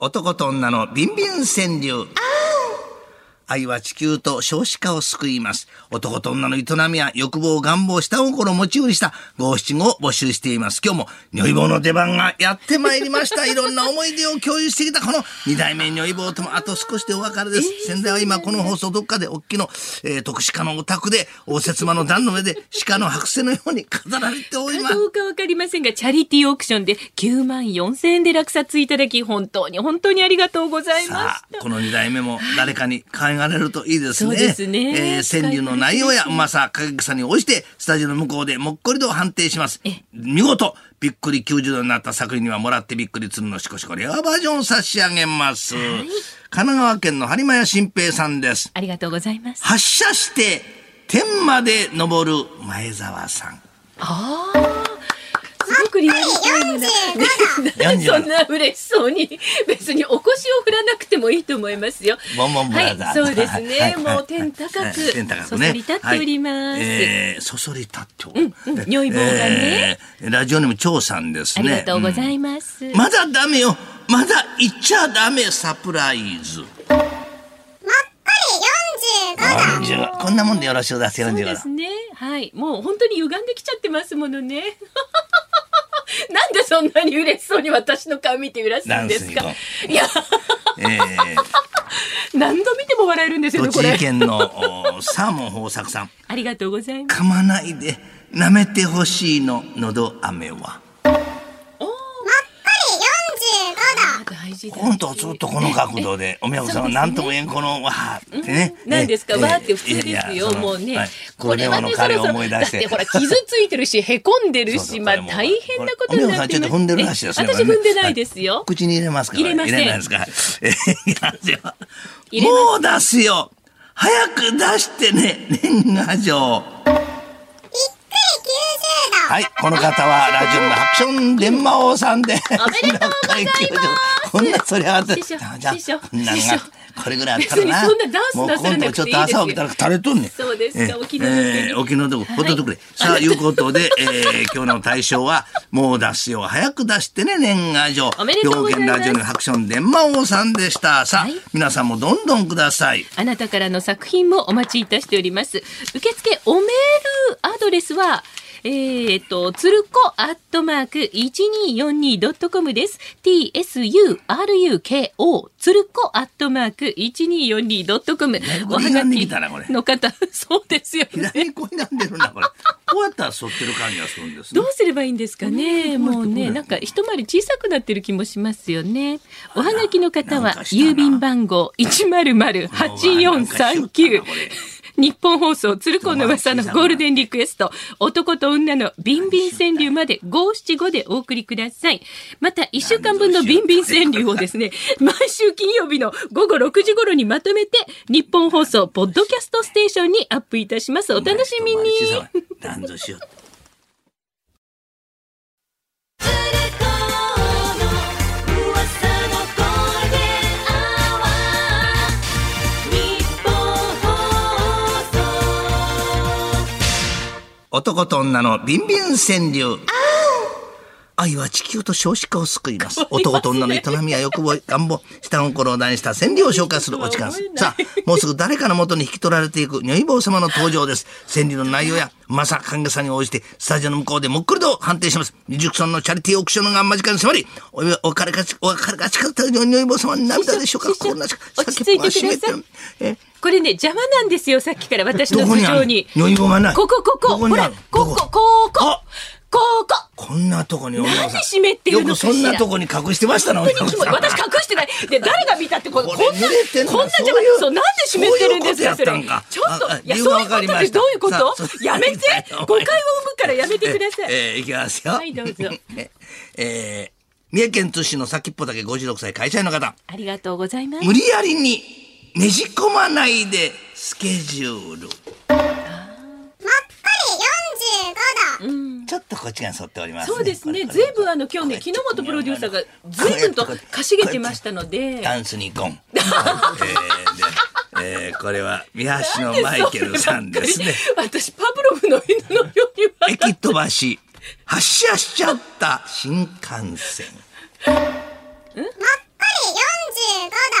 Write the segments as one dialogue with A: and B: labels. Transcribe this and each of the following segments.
A: 男と女のビンビン川柳。愛は地球と少子化を救います。男と女の営みや欲望、願望、下心をモチーフにした五七五を募集しています。今日も、如意棒の出番がやってまいりました。いろんな思い出を共有してきたこの二代目如意棒ともあと少しでお別れです。先代は今この放送どっかでおっきの、えー、徳鹿のお宅で、応接間の段の上で鹿の剥製のように飾られております
B: ど。うかわかりませんが、チャリティーオークションで9万4千円で落札いただき、本当に本当にありがとうございま
A: さ
B: し
A: あ
B: た。
A: この2代目も誰かに考えられるといいです
B: そ
A: ね。
B: うですね
A: えー川柳の内容やうまさ、かげ草に応じて、スタジオの向こうでもっこりと判定します
B: え。
A: 見事、びっくり90度になった作品にはもらってびっくりするのしこしこレアバージョンを差し上げます。神奈川県の播磨屋新平さんです。
B: ありがとうございます。
A: 発射して、天まで登る前澤さん。
B: ああ、すごくリアルタイムな。
A: 47
B: そんな嬉しそうに別にお腰を振らなくてもいいと思いますよ。
A: ボンボンブラザーズ
B: はい、そうですね。
A: はい
B: もう天高く、
A: 天高く
B: そ
A: ね。
B: そり立っております。
A: はいえーそそり立っておる。
B: うんうん良い棒がね
A: えーラジオネーム長さんです
B: あり
A: ね。
B: がとうござ
A: うん
B: います。
A: まだダメよ。まだ行っちゃダメサプライズ。40こんなもんでよろしゅうだす
B: そう
A: 45
B: で
A: だ
B: す。ね。はい。もう本当に歪んできちゃってますものね。 なんでそんなに嬉しそうに私の顔見て揺らすんですか
A: ダン。
B: いや、
A: えー、
B: 何度見ても笑えるんですよね、こ
A: 栃
B: れ
A: 木。県のおサーモン豊作さん。
B: ありがとうございます。
A: 噛まないで舐めてほしいののど飴は。
B: おー大事
A: 本
B: 大
A: 当
B: 事
A: ずっとこの角度でおみやこさんはなんとも言えんこのわーってね。
B: 何ですか、
A: ええ
B: わーって普通
A: い
B: で
A: や
B: す
A: い
B: よ、
A: やその
B: もうね、
A: はい
B: これは
A: こ
B: ね
A: れ
B: そ
A: で
B: ろ
A: も
B: そろ
A: あの彼を思い出
B: だっ
A: してて
B: ほら傷ついてるしへこんでる
A: そう
B: し
A: そう
B: まあ
A: これも
B: 大変なことにな
A: おみやこさ
B: っ
A: ん
B: て
A: ちょっと踏んでるらしいですね。
B: え私踏んでないです
A: は
B: よ、
A: 口に入れますから、
B: 入れません
A: 入れないですか。えーいきますよ
B: 入れま
A: もう出すよ早く出してね、年賀状。はい、この方はラジオのハクション伝馬王さんで。お
B: めでとうございます
A: す。こんなそりゃあ、
B: 師匠
A: じゃあ
B: 師匠
A: こんなんが
B: 師匠
A: これぐらいあったらな。
B: 別にそんなダンス出されなくていいですよ
A: もう今度ちょっと朝起きたら垂れとんねん。
B: そうですか
A: ええ
B: お気の毒に
A: ええお気の毒、
B: はい
A: ほっといてくれ。さあ、いうことで、ええ今日の対象は、もう出すよ、早く出してね、年賀状。
B: おめでとうございます
A: 兵庫県ラジオのハクション伝馬王さんでした。さあ、
B: はい
A: 皆さんもどんどんください。
B: あなたからの作品もお待ちいたしております。受付おメールアドレスは、えー、と、つるこアットマーク 1242.com です。tsuruko つるこアットマーク 1242.com
A: い。ぶ
B: おは
A: 歪
B: が
A: んでき
B: き
A: たなこれ
B: の方、そうですよね。
A: 左にこうなんでるな、これ。こうやったら反ってる感じがするんですね
B: どう。すればいいんですかね。
A: ん
B: もう
A: どうや
B: ね、
A: って
B: なんか一回り小さくなってる気もしますよね。おはがきの方
A: なん
B: は
A: かしたな
B: 郵便番号100-8439。日本放送鶴子の噂のゴールデンリクエスト男と女のビンビン川柳まで五七五でお送りくださいまた一週間分のビンビン川柳をですね毎週金曜日の午後6時頃にまとめて日本放送ポッドキャストステーションにアップいたしますお楽しみに
A: なんぞしよう。男と女のビンビン川柳。愛は地球と少子化を救います。男と女の営みや欲望、願望、下心を題にした川柳を紹介するお時間です
B: 思え。ない
A: さあ、もうすぐ誰かの元に引き取られていく如意棒様の登場です。川柳の内容や、まさかんさんに応じて、スタジオの向こうでもっくりと判定します。二十村のチャリティーオークションが間近に迫り、お別お金がち、お別れが近くて如意棒様に涙でしょうか
B: 師。匠
A: こんなし
B: 落ち着いてください
A: 先っぽが湿ってるえ
B: これね邪魔なんですよさっきから私の
A: どこ
B: 頭
A: にあんの
B: 上に
A: 如意棒がない
B: こここ
A: ど
B: こ
A: こ
B: ほ
A: にあ
B: ら
A: んの
B: こ
A: ど
B: こ
A: こ
B: ここここ
A: こんなとこに女
B: なん
A: の
B: で
A: さん。
B: 湿ってる
A: よ
B: の
A: く
B: かしら
A: そんなとこに隠してましたな、女の
B: キ
A: さ
B: モい
A: ん。
B: 私隠してないで誰が見たってここ
A: こ
B: ん
A: れ
B: な
A: 濡れてんの
B: こんなんじゃ
A: そう
B: ない
A: いう
B: そうなんで湿ってるんですか
A: そう
B: そ
A: いうことやったん
B: れ
A: か
B: ちょっ
A: ああ
B: といや
A: 理由
B: そ
A: が
B: うい
A: わ
B: う
A: か
B: こ
A: り
B: と
A: ま
B: で
A: した
B: どういうこと
A: さあそう
B: やめて
A: お前
B: 誤解を生むからやめてください
A: えー、いきますよ。
B: はいど うぞ
A: えー三重県津市の先っぽだけ56歳会社員の方。
B: ありがとうございます
A: 無理やりにねじ込まないでスケジュール。ちょっとこっちが反っております、ね。
B: そうですね
A: これ
B: ずいぶんあの今日ね木之本プロデューサーがずいぶんとかしげてましたので
A: ダンスにゴン。えーでえーこれは宮橋のマイケルさ んですね。
B: 私パブロフの犬のように笑
A: 駅飛ばし発車しちゃった新幹線。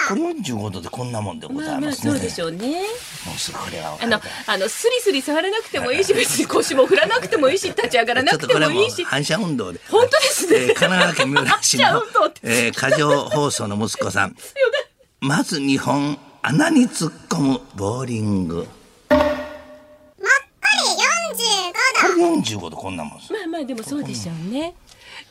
C: 40度だ
A: これ45度でこんなもんでござ
B: ま
A: い
B: あま
A: ま
B: あ
A: すね。
B: そうでしょうね。
A: もうすぐこれは
B: あのあのスリスリ触らなくてもいいし、別に腰も振らなくてもいいし、立ち上がらな
A: ちょっ
B: く
A: と
B: て
A: これ
B: も
A: はもう
B: いいし。
A: 反射運動で。
B: 本当です
A: え
B: ね。
A: ー神奈川県三浦市の
B: 反射運動っ、て
A: えー、過剰放送の息子さん。まず日本、穴に突っ込むボーリング。これ45度こんなもんです。
B: まあまあでもそうでしょうね。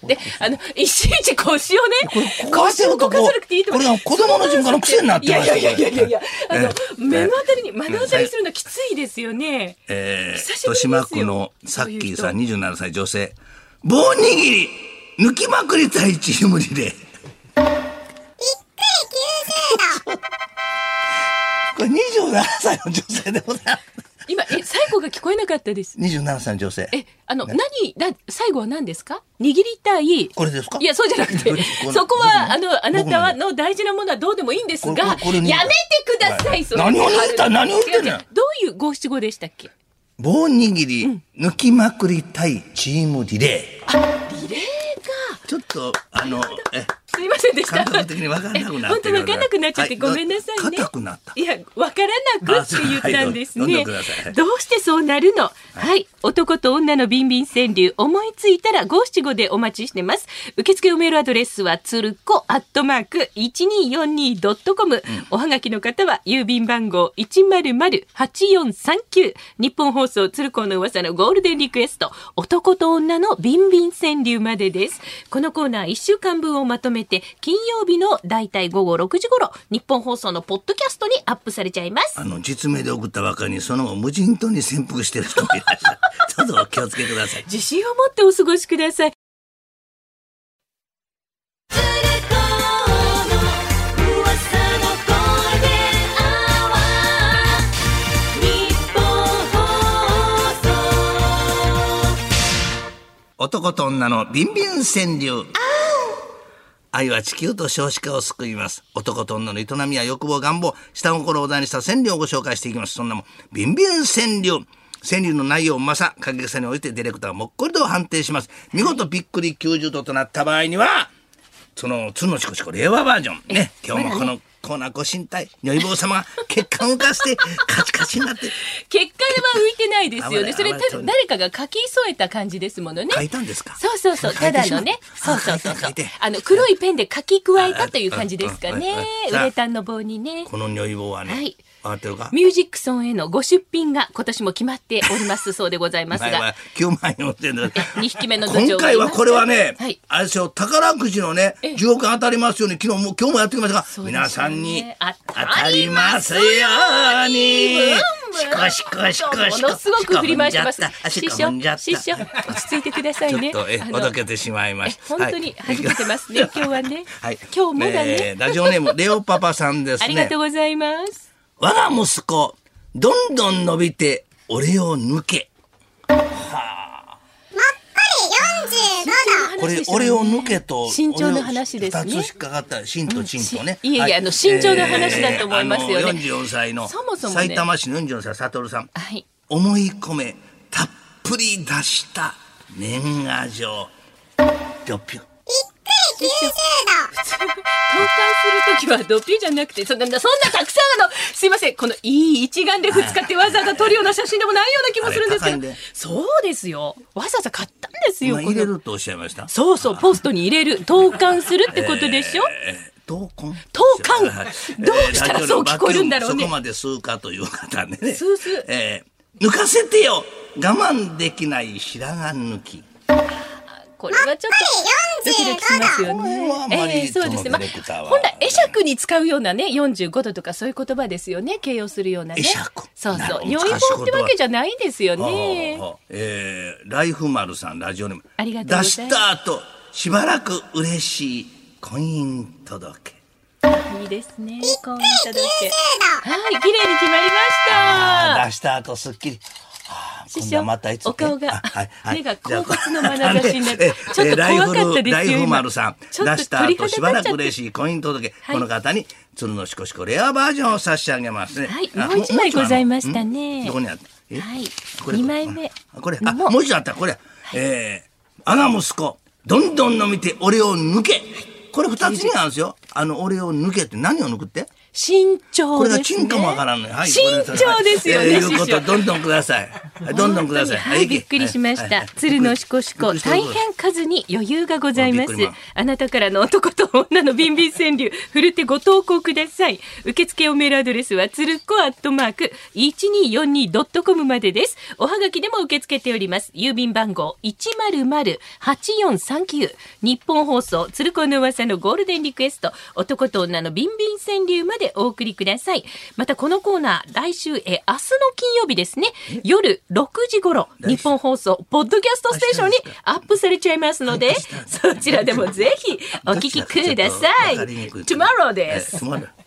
B: で、あの、いちいち腰をね
A: これ、こうやって
B: 腰
A: る
B: を
A: と
B: 動
A: こ
B: か
A: う
B: さなくていいと思う
A: これが子供の瞬間の癖になってま
B: い
A: す
B: や
A: よ
B: いやいやいやいや、あの、目の当たりに、目の当たり
A: え
B: にするのはきついですよね。
A: えー、
B: 久しぶりで
A: 豊
B: すよ
A: 島区のサッキーさん
B: そう
A: 27歳女性。棒握り抜きまくりたいチームリレー。これ27歳の女性でございます。
B: 今、え、最後が聞こえなかったです。
A: 27歳の女性。
B: え、あの、何、だ、最後は何ですか握りたい。
A: これですか
B: いや、そうじゃなく
A: こ
B: て
A: れこ、れ
B: そこは、あの、あなたは、
A: 僕
B: の大事なものはどうでもいいんですが、や
A: これこれこれ
B: め
A: に
B: てくださ、
A: はいい
B: それ
A: 何を言った何を言って
B: 違
A: んの
B: う違うどういう五七五でしたっけ
A: 棒握り抜きまくりたいチームリレー。
B: リレーか。
A: ちょっと、あの、え、
B: すいませんでした。
A: 感覚的に分からなくなって
B: 本当
A: る
B: 分からなくなっちゃって、
A: はい
B: ごめんなさいね。
A: 硬くなった
B: いや、分からなくって言ったんですね。
A: あそうはいどうぞ飲んでください
B: どうしてそうなるの、はい、男と女のビンビン川柳、思いついたら五七五でお待ちしてます。受付メールアドレスは、つるこアットマーク 1242.com。おはがきの方は、郵便番号100-8439。日本放送、つるこの噂のゴールデンリクエスト、男と女のビンビン川柳までです。このコーナー1週間分をまとめて、金曜日のだいたい午後6時頃、日本放送のポッドキャストにアップされちゃいます
A: あ。の、実名で送ったばかりに、その後無人島に潜伏してる人もいらっしゃる。 ちょっとお気をつけください。
B: 自信を持ってお過ごしください。
A: 男と女のビンビン川柳。愛は地球と少子化を救います。男と女の営みや欲望、願望、下心を題にした川柳をご紹介していきます。そんなもん、ビンビン川柳。川柳の内容、まさ、過激さにおいてディレクターはもっこりと判定します。見事びっくり90度となった場合には、その、つのしこしこ令和バージョン。ね、今日もこのコーナーご神体、女房様が血管を浮かして、カチカチになって、
B: 結果は浮いてないですよね。そ
A: 危な
B: れ
A: い
B: た
A: 危ない
B: 誰かが書き添えた感じですものね。
A: 書いたんですか
B: そうそうそう。
A: 書
B: た
A: いて
B: だ
A: しま
B: の
A: う
B: ね。そうそうそうそ
A: 書
B: う
A: いて書いて。
B: あの黒いペンで書き加えたという感じですか
A: あ
B: ね
A: ああ。
B: ウ
A: あ
B: レタンの棒にね。
A: この女房はね、
B: はい
A: わかってるか
B: ミュージックソンへのご出品が今年も決まっておりますそうでございます
A: 前
B: が
A: は。9万4千ドル。
B: 二匹目の土壌がいます
A: 今回はこれはね、
B: はい
A: あれですよ、宝くじのね、
B: ええ
A: 10億当たりますように、昨日も今日もやってきましたが、
B: うですよね
A: 皆さんに
B: 当
A: 当
B: た
A: た
B: り
A: り
B: ま
A: ますす
B: よ
A: よ
B: う
A: う
B: に
A: に
B: ブンブ。ン
A: シコシコシコシコ。
B: ものすごく振り回してます
A: しこ踏んじゃった。足
B: 師
A: が踏んじ
B: 匠、師
A: ゃった
B: 匠、落ち着いてください
A: ちょっ
B: ね。
A: と、え
B: あ、の
A: おどけてしまいました。
B: え本当に
A: はい
B: 弾けてますね今日はね今日もだね
A: えーラジオネーム、レオパパさんです ね。
B: ありがとうございます。
A: 我が息子、どんどん伸びて、俺を抜け。これ、俺を抜けと。
B: 身長の話ですね
A: 俺を二つ引っかかった、身とチンとね。
B: うんしいえいえ
A: は
B: あの身長の話だと思いますよね
A: えーあの44歳の、
B: そもそもね
A: 埼玉市の44歳、悟さん。
B: はい。
A: 思い込め、たっぷり出した年賀状。ぴょっぴょ。
B: 投函するときはドッピーじゃなくて、そんな、そんなたくさんあの、すいません、このいい一眼レフ使ってわざわざ撮るような写真でもないような気もするんですけ
A: あれ高いん
B: ど
A: で、
B: そうですよ。わざわざ買ったんですよ、
A: 今入れ
B: この
A: るとおっしゃいました。
B: そうそう、ポストに入れる、投函するってことでしょ、
A: えー同梱
B: 同梱どうしたらそう聞こえるんだろうね
A: えーラジオのバッテンそこまで吸うかという方ね。
B: 吸う吸う
A: えー抜かせてよ我慢できない白髪抜き。
B: これはちょっとドキドキしますよ
A: これはあまり
B: ね。ええそうですね。ま
A: そのディレクター
B: あ、
A: は
B: 本来、会釈に使うようなね、45度とかそういう言葉ですよね。形容するようなね。
A: 会釈
B: そう
A: なる
B: そ
A: ほ
B: う。
A: ど
B: 如意棒ってわけじゃないですよね。
A: はあはあはあえーライフマルさんラジオネーム
B: ありがとうございます
A: 出した後しばらく嬉しい婚姻届
B: いいですね。こういただけ。はい、綺麗に決まりました。
A: 出した後すっきりはあ
B: 師
A: こんな
B: 匠、
A: またいつ
B: お顔が、
A: あはいはい
B: 目が
A: じゃあ
B: 高骨の眼差しになって、
A: え
B: ちょっと怖かったですよ。
A: ライフルライフ
B: 今
A: 丸さん
B: ちょっと
A: 出した
B: 鳥
A: 後
B: 肌
A: しば
B: 立っちゃ
A: らく
B: って
A: 嬉しい婚姻届、
B: はい
A: この方に鶴のしこしこレアバージョンを差し上げますね
B: はい
A: あ
B: もう一枚ございました
A: もう一枚ある
B: ね
A: んどこにあったえ
B: はい
A: これ
B: 二枚目
A: あこれ
B: の
A: あ
B: も
A: もう一度あったこれ、えー、我が息子どんどん飲みて俺を抜けこれ二つにあるんですよ。あの、俺を抜けって何を抜くって
B: 身長
A: これ
B: です、ね。
A: が金かもわからんのよ。はい。
B: 身長ですよね。
A: えーいうこ
B: 師匠
A: と、どんどんください。はい どんどんください。
B: 本当にはい、びっくりしまし
A: はいは
B: た
A: い。
B: 鶴のしこしこ、
A: びっくりした
B: 大変数に余裕がございま
A: あ
B: す
A: びっくりま。
B: あなたからの男と女のビンビン川柳、ふるってご投稿ください。受付おメールアドレスは、つるこアットマーク、1242.com までです。おはがきでも受け付けております。郵便番号100-8439。日本放送、つるこの噂のゴールデンリクエスト、男と女のビンビン川柳までお送りください。またこのコーナー、来週、えー、明日の金曜日ですね、夜6時頃、
A: 来週
B: 日本放送、ポッドキャストステーションに
A: 明日です
B: アップされちゃいますので
A: 明日、
B: そちらでもぜひお聞きください
A: どっちだかちょっとわかりにく。い
B: tomorrow です
A: え。ー tomorrow